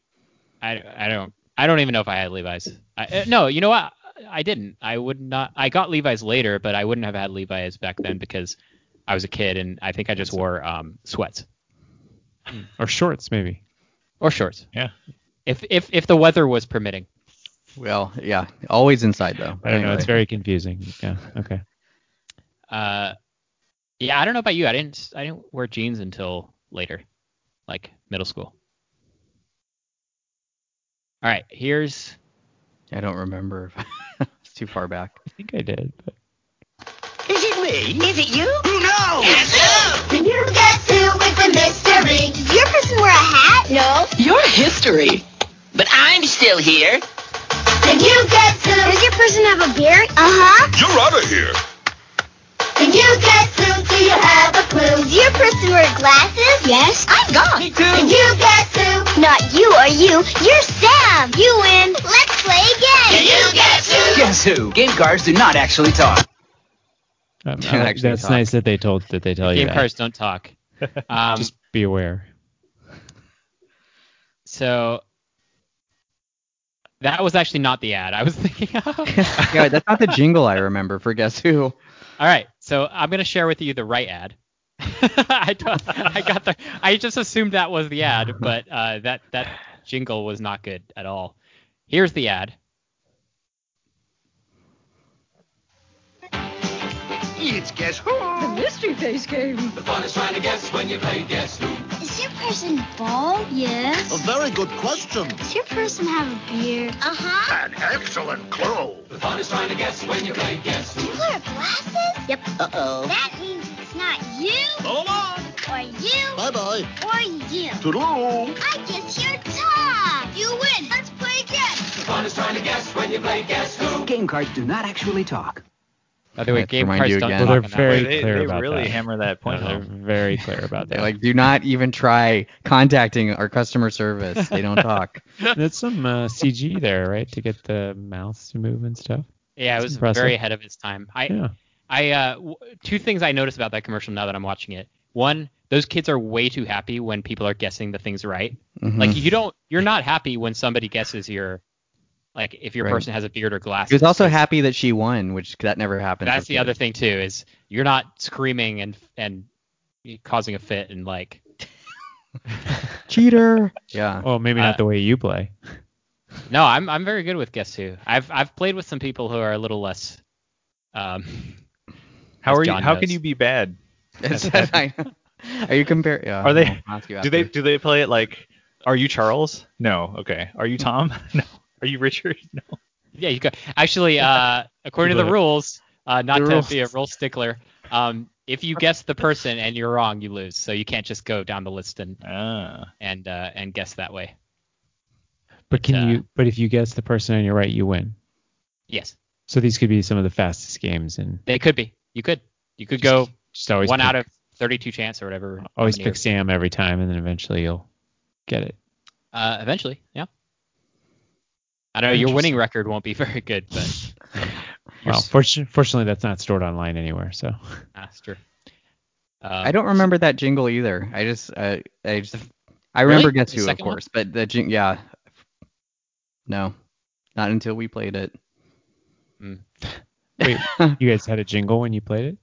S1: I, I don't I don't even know if I had Levi's. I, uh, no, you know what? I didn't. I would not. I got Levi's later, but I wouldn't have had Levi's back then because I was a kid and I think I just wore um, sweats
S3: Or shorts, maybe.
S1: or shorts.
S2: Yeah.
S1: If if if the weather was permitting.
S4: Well, yeah, always inside though.
S3: I don't know. It's
S4: Anyway.
S3: very confusing. Yeah. Okay.
S1: Uh, yeah, I don't know about you. I didn't I didn't wear jeans until later, like middle school. All right, here's
S4: I don't remember. (laughs) it's too far back.
S3: I think I did. But
S7: Is it me? Is it you?
S10: Who
S6: Oh,
S10: knows?
S7: Guess who is the mystery? Did your person wear a hat? No.
S11: You're history. But I'm still here.
S7: Did you guess who? Does your person have a beard? Uh huh.
S5: You're out of here.
S7: Did you guess who? Do you have a clue? Does your person wear glasses? Yes. I'm gone. Me too. Did you guess who? Not you or you. You're Sam. You win. Let's play again. Did you guess who?
S11: Guess who? Game cars do not actually talk.
S3: um,
S4: Don't
S3: I like-
S4: actually
S3: that's
S4: talk.
S3: nice that they told that they tell you
S1: game
S3: that.
S1: cards don't talk. Um,
S3: Just be aware.
S1: so that was actually not the ad I was (laughs) thinking of.
S4: yeah, that's not the jingle I remember for Guess Who.
S1: All right, so I'm gonna share with you the right ad. (laughs) I don't, I got the I just assumed that was the ad, but uh, that that jingle was not good at all. Here's the ad.
S10: It's guess who?
S11: Mystery face game.
S10: The fun is trying to guess when you play guess who.
S7: Is your person bald? Yes.
S10: A very good question.
S7: Does your person have a beard? Uh huh.
S5: An excellent clue.
S10: The fun is trying to guess when you play guess
S7: Do
S10: who.
S7: you wear glasses? Yep.
S10: Uh oh.
S7: That means it's not you
S10: So long.
S7: or you
S10: Bye bye.
S7: or you.
S10: Toodaloo.
S7: I guess you're Tom. You win. Let's play again.
S9: fun is trying to guess when you play Guess Who. Game cards do not actually talk.
S1: By the way,
S4: Let's
S1: game
S4: remind
S1: cards
S4: you
S1: don't
S4: again.
S1: talk
S3: Well,
S1: in
S3: they're
S1: that
S3: very
S1: way.
S2: They,
S3: clear
S2: they
S3: about
S2: really
S3: that. Uh-huh.
S2: hammer that point
S3: No, they're
S2: home.
S3: very clear about that.
S4: They're like, do not even try contacting our customer service. They don't (laughs) talk.
S3: That's some uh, CG there, right, to get the mouths to move and stuff.
S1: Yeah, it was
S3: impressive.
S1: very ahead of its time. I,
S3: Yeah.
S1: I, uh, w- two things I noticed about that commercial now that I'm watching it. One, those kids are way too happy when people are guessing the things right.
S4: Mm-hmm.
S1: Like
S4: Hmm.
S1: you don't, you're not happy when somebody guesses your, like if your
S4: Right.
S1: person has a beard or glasses.
S4: He was also
S1: 'cause
S4: happy that she won, which that never happened.
S1: That's the other thing too is you're not screaming and and causing a fit and like
S4: (laughs) (laughs) cheater. Yeah.
S3: Well, maybe not
S1: Uh,
S3: the way you play.
S1: no, I'm I'm very good with guess who. I've I've played with some people who are a little less. Um, (laughs)
S2: How
S1: as
S2: are you?
S1: John
S2: How
S1: knows.
S2: can you be bad?
S4: That's- I know. (laughs) Are you comparing? Yeah,
S2: Are they-
S4: I'll ask you
S2: Do they
S4: after.
S2: do they play it like? Are you Charles? No. Okay. Are you Tom? (laughs) No. Are you Richard? (laughs) No.
S1: Yeah, you go. Actually, uh, according to the
S3: But-
S1: rules, uh, not
S2: The
S1: to
S2: rules.
S1: be a rule stickler, um, if you guess the person and you're wrong, you lose. So you can't just go down the list and
S2: Ah.
S1: and uh, and guess that way.
S3: But can
S1: uh,
S3: you? But if you guess the person on your right, you win.
S1: Yes,
S3: So these could be some of the fastest games, and
S1: they could be. You could. You could go
S3: just always
S1: one
S3: pick,
S1: out of 32 chance or whatever. how
S3: always
S1: many
S3: pick
S1: are-
S3: Sam every time, and then eventually you'll get it.
S1: Uh, eventually, yeah. I don't know. Your winning record won't be (laughs) very good, but You're
S3: Well,
S1: s-
S3: fortunately, fortunately, that's not stored online anywhere. So
S1: that's true. Um,
S4: I don't remember that jingle either. I just, uh, I just, I remember
S1: Really?
S4: Guess
S1: The
S4: Who, of
S1: second one?
S4: course, but the jing, yeah. No, not until we played it.
S1: (laughs)
S3: wait, you guys had a jingle when you played it?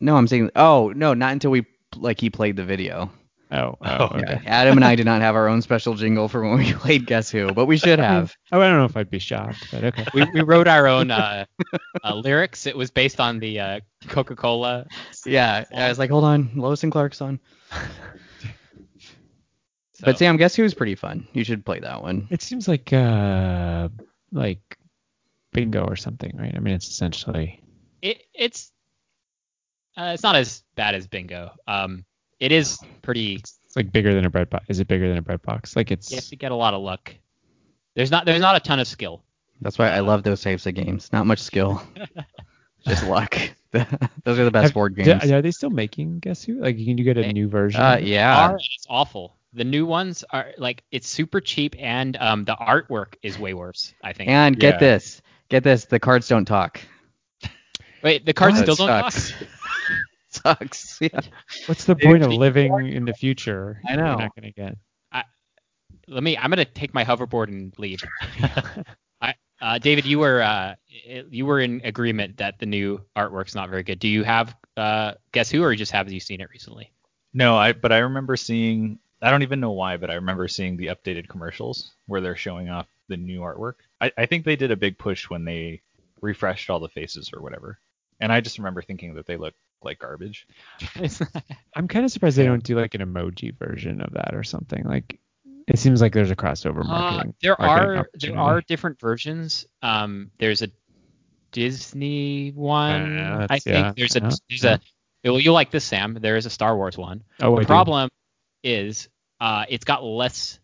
S4: No, I'm saying, oh no, not until we like he played the video.
S3: Oh, oh, okay.
S4: Yeah, Adam and I did not have our own special jingle for when we (laughs) played Guess Who, but we should have.
S3: Oh, I don't know if I'd be shocked, but okay.
S1: We, we wrote our own uh, uh, lyrics. It was based on the uh, Coca-Cola
S4: Yeah, I was like, hold on, Lois and Clark's on.
S1: So-
S4: But Sam, Guess Who is pretty fun. You should play that one.
S3: It seems like uh like bingo or something, right? I mean, it's essentially
S1: it it's uh, it's not as bad as bingo. Um, it is pretty.
S3: it's like bigger than a bread box. Is it bigger than a bread box? Like it's
S1: You have to get a lot of luck. There's not there's not a ton of skill.
S4: That's why I love those types of games. Not much
S3: (laughs)
S4: skill, just luck. (laughs) those are the best
S3: Have-
S4: board
S3: d-
S4: games.
S3: are they still making Guess Who? Like, can you get a
S1: They-
S3: new version?
S4: Uh,
S3: of it?
S4: yeah.
S1: Art is awful. The new ones are like it's super cheap and um the artwork is way worse. I think.
S4: And
S2: Yeah.
S4: get this, get this. The cards don't talk. (laughs)
S1: Wait, the cards
S3: Oh,
S4: That
S1: still don't
S4: sucks.
S1: talk.
S4: Sucks. (laughs) Yeah.
S3: What's the
S2: They
S3: point of
S2: actually-
S3: living in the future?
S4: I
S3: if You're
S4: know.
S3: not gonna get.
S1: Let me. I'm gonna take my hoverboard and
S3: (laughs)
S1: leave. I, uh, David, you were uh, you were in agreement that the new artwork's not very good. Do you have uh, guess who, or you just have you seen it recently?
S2: No. I. But I remember seeing. I don't even know why, but I remember seeing the updated commercials where they're showing off the new artwork. I, I think they did a big push when they refreshed all the faces or whatever. And I just remember thinking that they look like garbage.
S3: I'm kind of surprised they don't do like an emoji version of that or something. Like, it seems like there's a crossover marketing.
S1: Uh, there are
S3: marketing
S1: there
S3: opportunity.
S1: are different versions. Um, there's a Disney one.
S3: Yeah,
S1: I
S3: Uh, that's-
S1: think
S3: yeah,
S1: there's a
S3: yeah,
S1: there's a well you like this Sam. There is a Star Wars one.
S3: Oh, I
S1: the
S3: do.
S1: problem is uh, it's got less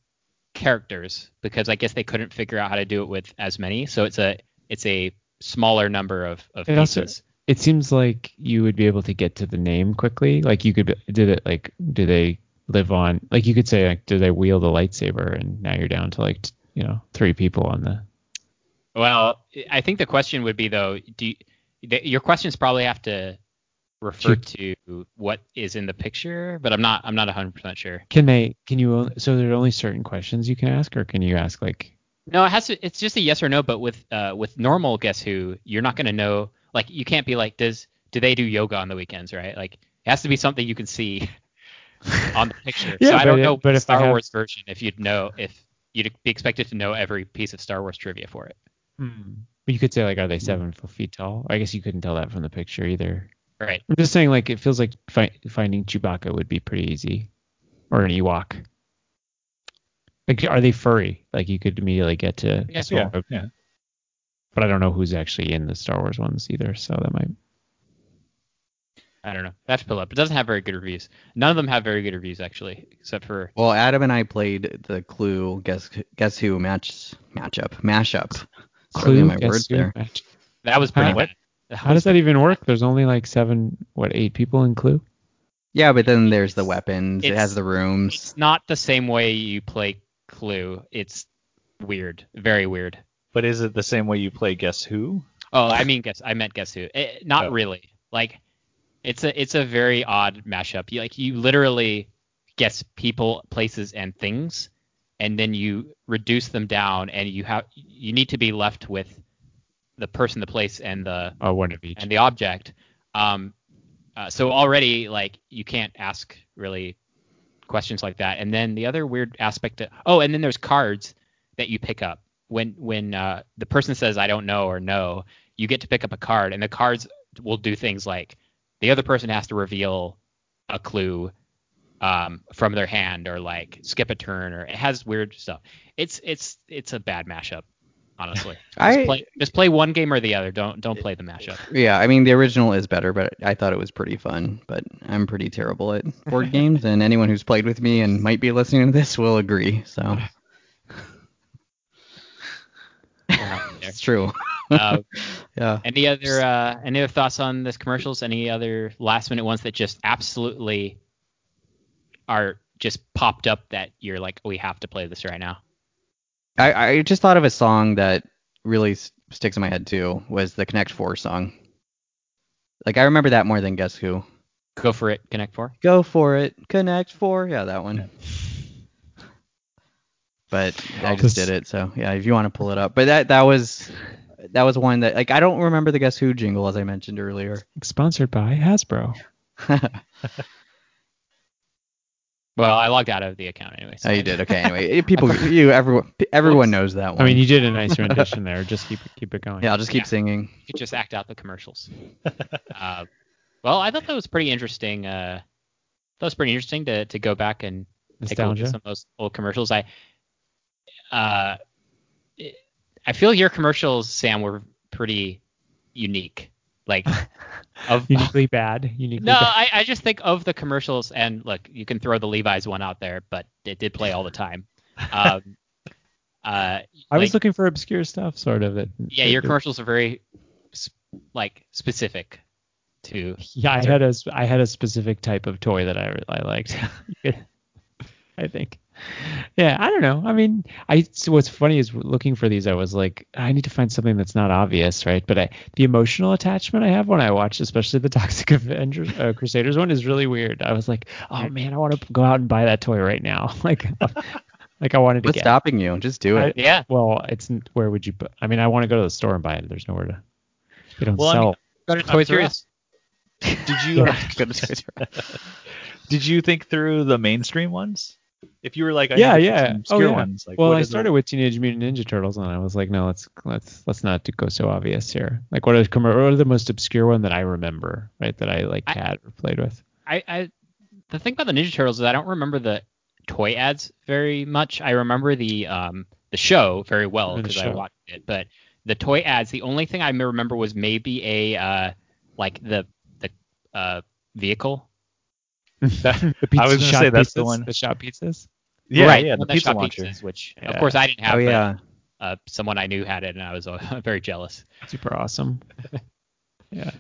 S1: characters because I guess they couldn't figure out how to do it with as many. So it's a it's a smaller number of of
S3: It also-
S1: pieces.
S3: It seems like you would be able to get to the name quickly. Like you could did it like do they live on like you could say like do they wield a lightsaber and now you're down to like t- you know three people on the
S1: Well, I think the question would be though, do you, th- your questions probably have to refer to what is in the picture, but I'm not I'm not 100% sure.
S3: can they can you on- so there are only certain questions you can ask or can you ask like
S1: No, it has to it's just a yes or no, but with uh with normal guess who, you're not going to know like you can't be like does do they do yoga on the weekends, right? Like it has to be something you can see (laughs) on the picture.
S3: Yeah,
S1: so I
S3: but
S1: don't
S3: it-
S1: know the
S3: but if I
S1: Star
S3: have-
S1: Wars version if you'd know if you'd be expected to know every piece of Star Wars trivia for it.
S3: hmm. but you could say like are they seven f- feet tall I guess you couldn't tell that from the picture either
S1: Right.
S3: I'm just saying like it feels like fi- finding Chewbacca would be pretty easy or an Ewok like are they furry like you could immediately get to a small
S2: Yeah. Yeah.
S3: but I don't know who's actually in the Star Wars ones either, so that might.
S1: I don't know. That's pull up. It doesn't have very good reviews. None of them have very good reviews actually, except for
S4: Well, Adam and I played the Clue Guess Guess Who match matchup mashup. Clue,
S3: Clue,
S4: my
S3: guess
S4: words
S3: who?
S4: there.
S1: that was pretty
S3: Huh?
S1: bad.
S3: How does that even work? There's only like seven, what, eight people in Clue?
S4: Yeah, but then there's the weapons. It
S1: it's-
S4: has the rooms.
S1: It's not the same way you play Clue. It's weird, very weird.
S2: But is it the same way you play Guess Who?
S1: Oh, I mean, guess I meant guess who? Eh, not
S2: Oh.
S1: really. Like, it's a it's a very odd mashup. You like you literally guess people, places, and things, and then you reduce them down, and you have you need to be left with the person, the place, and the
S3: Oh, one of each.
S1: and the object. Um, uh, so already like you can't ask really questions like that. And then the other weird aspect that oh, and then there's cards that you pick up when when uh, the person says I don't know or no, you get to pick up a card, and the cards will do things like the other person has to reveal a clue um, from their hand or like skip a turn or it has weird stuff. It's it's it's a bad mashup. Honestly, just,
S4: I-
S1: play, just play one game or the other. Don't don't play the mashup.
S4: Yeah, I mean the original is better, but I thought it was pretty fun. But I'm pretty terrible at
S1: (laughs)
S4: board games, and anyone who's played with me and might be listening to this will agree. So
S1: there.
S4: it's true.
S1: Uh,
S4: Yeah.
S1: any other uh, any other thoughts on this commercials? Any other last minute ones that just absolutely are just popped up that you're like, we have to play this right now.
S4: I, I just thought of a song that really s- sticks in my head too was the Connect Four song. Like I remember that more than Guess Who.
S1: Go for it, Connect Four.
S4: Go for it, Connect Four. Yeah, that one. But I just did it, so yeah. If you want to pull it up, but that that was that was one that like I don't remember the Guess Who jingle as I mentioned earlier.
S3: Sponsored by Hasbro.
S1: Well, I logged out of the account anyway. so
S4: Oh, you did. Okay. Anyway, (laughs) people, you, everyone, everyone knows that one.
S3: I mean, you did a nice
S1: (laughs)
S3: rendition there. Just keep keep it going.
S4: yeah, I'll just keep
S1: Yeah.
S4: singing.
S1: You could just act out the
S3: (laughs)
S1: commercials. uh, well, I thought that was pretty interesting. Uh, that was pretty interesting to, to go back and take a look
S3: Nostalgia.
S1: at some of those old commercials. I uh, it- I feel your commercials, Sam, were pretty unique.
S3: (laughs)
S1: Like of
S3: (laughs) Uniquely bad. Uniquely
S1: (laughs)
S3: (laughs)
S1: no,
S3: bad.
S1: I, I just think of the commercials, and look, you can throw the Levi's one out there, but it did play all the time.
S3: (laughs)
S1: Um, uh,
S3: I was
S1: like-
S3: looking for obscure stuff, sort of. That,
S1: yeah, your commercials are very sp- like specific to
S3: Yeah, I had a s- I had a specific type of toy that I I liked. (laughs) I think. Yeah, I don't know. I mean, I so what's funny is looking for these. I was like, I need to find something that's not obvious, right? But I, the emotional attachment I have when I watch, especially the (laughs) Toxic Avengers uh, Crusaders one, is really weird. I was like, oh
S1: Mm.
S3: man, I want to go out and buy that toy right now. (laughs) Like, like I wanted to
S4: What's
S3: get.
S4: stopping you? Just do
S3: I-
S4: it.
S1: yeah.
S3: Well, it's n- where would you? bu- I mean, I want to go to the store and buy it. There's nowhere to. They don't
S2: Well, I mean,
S3: sell.
S1: Go to
S2: Toys
S3: (laughs)
S2: R curious. Did
S4: (laughs)
S2: you uh, did you think through the mainstream ones? If you were like, I
S3: yeah,
S2: need to
S3: yeah.
S2: Some obscure
S3: oh, yeah.
S2: ones. Like,
S3: well,
S2: what
S3: I
S2: is the-
S3: started with Teenage Mutant Ninja Turtles, and I was like, no, let's let's let's not do- go so obvious here. Like, what are, com- what are the most obscure one that I remember, right? That I like
S1: I-
S3: had or played with.
S1: I, I the thing about the Ninja Turtles is I don't remember the toy ads very much. I remember the um the show very well
S3: Remember the
S1: because I
S3: show.
S1: watched it, but the toy ads, the only thing I m- remember was maybe a uh like the the uh vehicle.
S3: the
S2: (laughs) I was
S3: pizza
S2: gonna
S3: shop
S2: say that's the
S3: pizzas,
S2: one-
S3: The shop pizzas.
S2: yeah,
S1: right,
S2: yeah,
S1: one
S2: the
S1: that
S2: pizza
S1: shot
S2: launcher.
S1: pizzas, which
S3: Yeah.
S1: of course I didn't have.
S4: Oh
S1: but,
S4: yeah.
S1: uh, someone I knew had it, and I was uh, (laughs) very jealous.
S3: Super
S2: (laughs)
S3: awesome. yeah.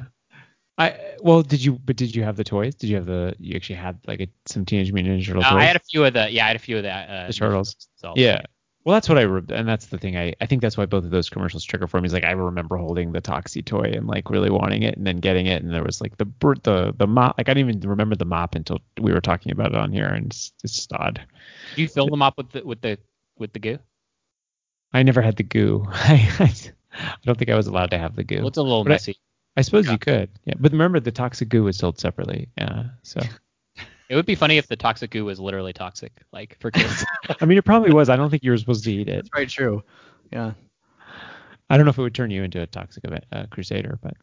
S3: I well, did you? But did you have the toys? Did you have the? You actually had like a, some Teenage Mutant Ninja Turtle
S1: Uh,
S3: toys?
S1: I had a few of the yeah, I had a few of the uh,
S3: The turtles.
S1: So,
S3: Yeah. Well, that's what I re- and that's the thing. I I think that's why both of those commercials trigger for me is like I remember holding the Toxie toy and like really wanting it and then getting it and there was like the br- the the mop like I didn't even remember the mop until we were talking about it on here and it's, it's just odd.
S1: Do you fill them up with the with the with the goo?
S3: I never had the goo. (laughs) I, I don't think I was allowed to have the goo.
S1: Well, it's a little
S3: But I-
S1: messy.
S3: I suppose you could. Yeah, but remember the toxic goo was sold separately. Yeah, so
S1: It would be funny if (laughs) the toxic goo was literally toxic, like for kids.
S3: (laughs) I mean it probably was. I don't think you were supposed to eat it.
S4: That's very true. Yeah.
S3: I don't know if it would turn you into a toxic event, uh, crusader, but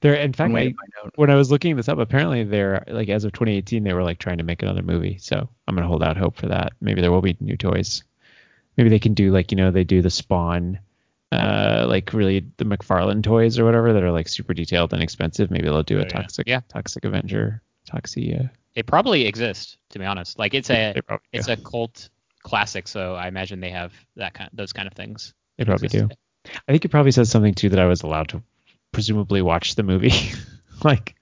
S3: there. In fact,
S4: I'm
S3: I,
S4: waiting to find out.
S3: when I was looking this up, apparently they're like as of 2018, they were like trying to make another movie. So I'm gonna hold out hope for that. Maybe there will be new toys. Maybe they can do like you know they do the Spawn uh, uh, like really the McFarlane toys or whatever that are like super detailed and expensive. Maybe they'll do a
S2: Oh, yeah.
S3: toxic, toxic Avenger, Toxia.
S1: They probably exist, to be honest. Like it's a
S3: They probably
S1: it's
S3: do.
S1: a cult classic, so I imagine they have that kind those kind of things.
S3: They probably
S1: exist.
S3: do. I think it probably says something too that I was allowed to presumably watch the movie, (laughs) like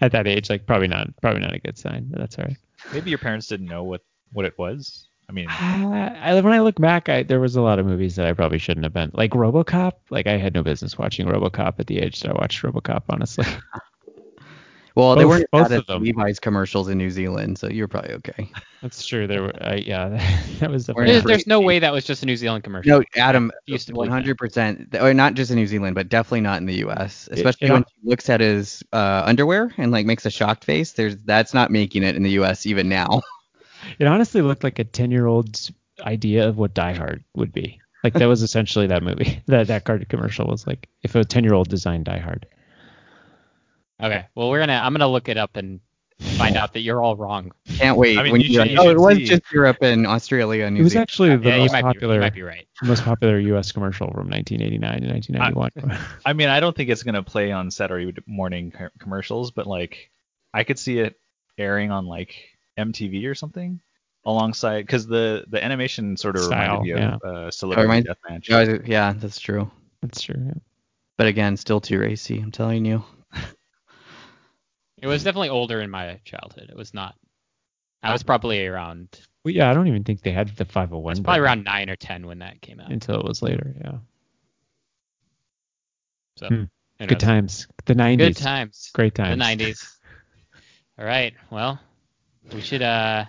S3: at that age. Like probably not, probably not a good sign. But that's all right.
S2: Maybe your parents didn't know what what it was. I mean,
S3: Uh, I, when I look back, I, there was a lot of movies that I probably shouldn't have been like RoboCop. Like I had no business watching RoboCop at the age that I watched RoboCop. Honestly, (laughs)
S4: Well, they
S3: Both-
S4: weren't
S3: both
S4: bad
S3: of
S4: at the
S3: them.
S4: Levi's commercials in New Zealand, so you're probably okay.
S3: that's true. There were, uh, yeah, (laughs) that was
S4: Or
S3: definitely.
S1: There's, there's no way that was just a New Zealand commercial.
S4: No, Adam,
S1: used to believe that.
S4: 100%, th- or not just in New Zealand, but definitely not in the U.S. Especially
S3: yeah.
S4: when he looks at his uh, underwear and like makes a shocked face. There's that's not making it in the U.S. even now. (laughs)
S3: It honestly looked like a ten-year-old's idea of what Die Hard would be. Like that (laughs) was essentially that movie. That that card commercial was like if a ten-year-old designed Die Hard.
S1: Okay. Well, we're gonna I'm gonna look it up and find out that you're all wrong.
S4: Can't wait.
S2: I mean,
S4: when
S2: you
S4: you're
S2: should-
S4: like, oh,
S2: you
S4: it
S2: should
S4: was
S2: see."
S4: just Europe and Australia and New
S3: It was
S4: Zealand.
S3: actually the
S1: yeah, you
S3: most
S1: might be you
S3: popular,
S1: might be right.
S3: most popular U.S. commercial from 1989 to (laughs) 1991.
S2: I mean, I don't think it's gonna play on Saturday morning co- commercials, but like, I could see it airing on like MTV or something alongside because the the animation sort of
S3: Style,
S2: reminded me of uh, Celebrity
S4: reminds-
S2: Deathmatch.
S4: Yeah, Oh, it- yeah, that's true.
S3: that's true. yeah.
S4: But again, still too racy. I'm telling you.
S1: It was definitely older in my childhood. It was not. I
S3: Uh,
S1: was probably around.
S3: Well, yeah, I don't even think they had the 501.
S1: It's
S3: button
S1: probably around nine or ten when that came out.
S3: until it was later. Yeah.
S1: So
S3: Hmm.
S1: who
S3: Good
S1: knows?
S3: times. The 90s.
S1: Good times.
S3: Great
S1: The
S3: times.
S1: nineties. All right. Well, we should. uh I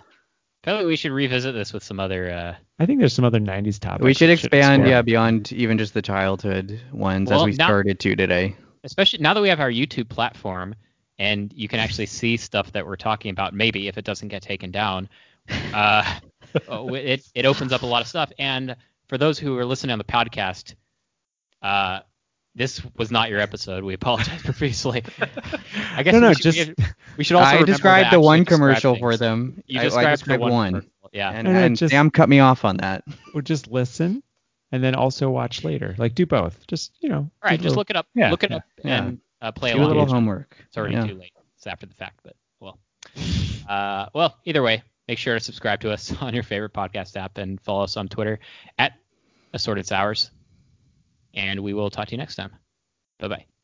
S1: feel like we should revisit this with some other. uh
S3: I think there's some other 90s topics.
S4: we should expand,
S3: explore.
S4: yeah, beyond even just the childhood ones
S1: Well,
S4: as we
S1: now-
S4: started to today.
S1: Especially now that we have our YouTube platform, and you can
S4: (laughs)
S1: actually see stuff that we're talking about. Maybe if it doesn't get taken down, uh, oh, it it opens up a lot of stuff. And for those who are listening on the podcast, uh, this was not your episode. We apologize (laughs)
S4: (laughs)
S1: profusely. I guess
S3: No,
S1: we,
S3: no,
S1: should,
S3: just-
S1: we, have- we should also.
S4: I
S1: remember to
S4: described the
S1: actually
S4: one
S1: describe
S4: commercial
S1: things.
S4: for them.
S1: You
S4: I- I
S1: described,
S4: described
S1: the one.
S4: one.
S1: commercial. Yeah.
S4: And,
S3: No, no,
S4: and
S3: just-
S4: Sam cut me off on that.
S3: Or just listen and then also watch later. Like, do both. Just, you know.
S1: All right, just look it up.
S2: Yeah,
S1: look it
S2: yeah,
S1: up
S4: yeah.
S1: and uh, play
S4: Do
S1: along.
S4: a little homework.
S1: It's already
S4: Yeah.
S1: too late. It's after the fact, but well. Uh, well, either way, make sure to subscribe to us (laughs) on your favorite podcast app and follow us on Twitter at Assorted Sours. And we will talk to you next time. Bye bye.